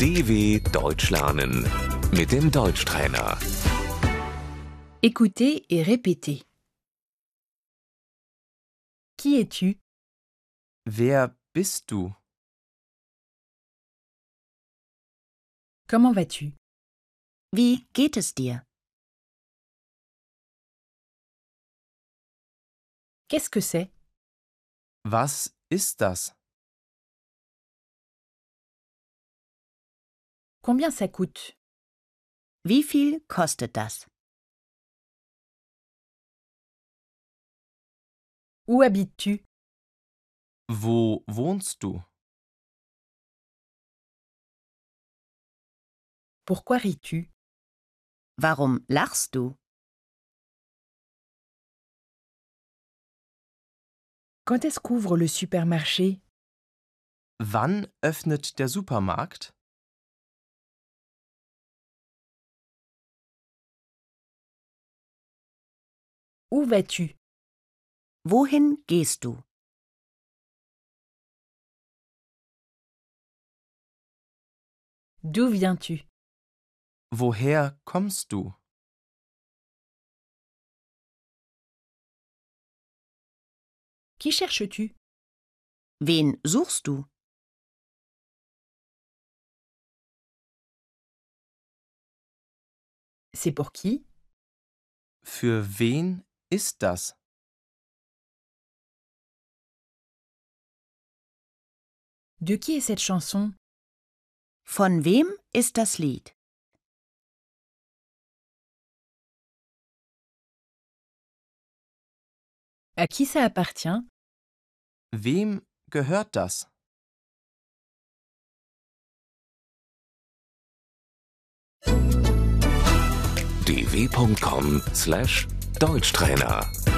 DW Deutsch lernen mit dem Deutschtrainer. Écoutez et répétez. Qui es-tu Wer bist du? Comment vas-tu Wie geht es dir? Qu'est-ce que c'est Was ist das? Combien ça coûte Wie viel kostet das? Où habites-tu Wo wohnst du? Pourquoi ris-tu Warum lachst du? Quand est-ce qu'ouvre le supermarché Wann öffnet der Supermarkt? Où vas-tu Wohin gehst du? D'où viens-tu Woher kommst du? Qui cherches-tu Wen suchst du? C'est pour qui Für wen ist das? De qui est cette chanson Von wem ist das Lied? À qui ça appartient Wem gehört das? dw.com/deutschtrainer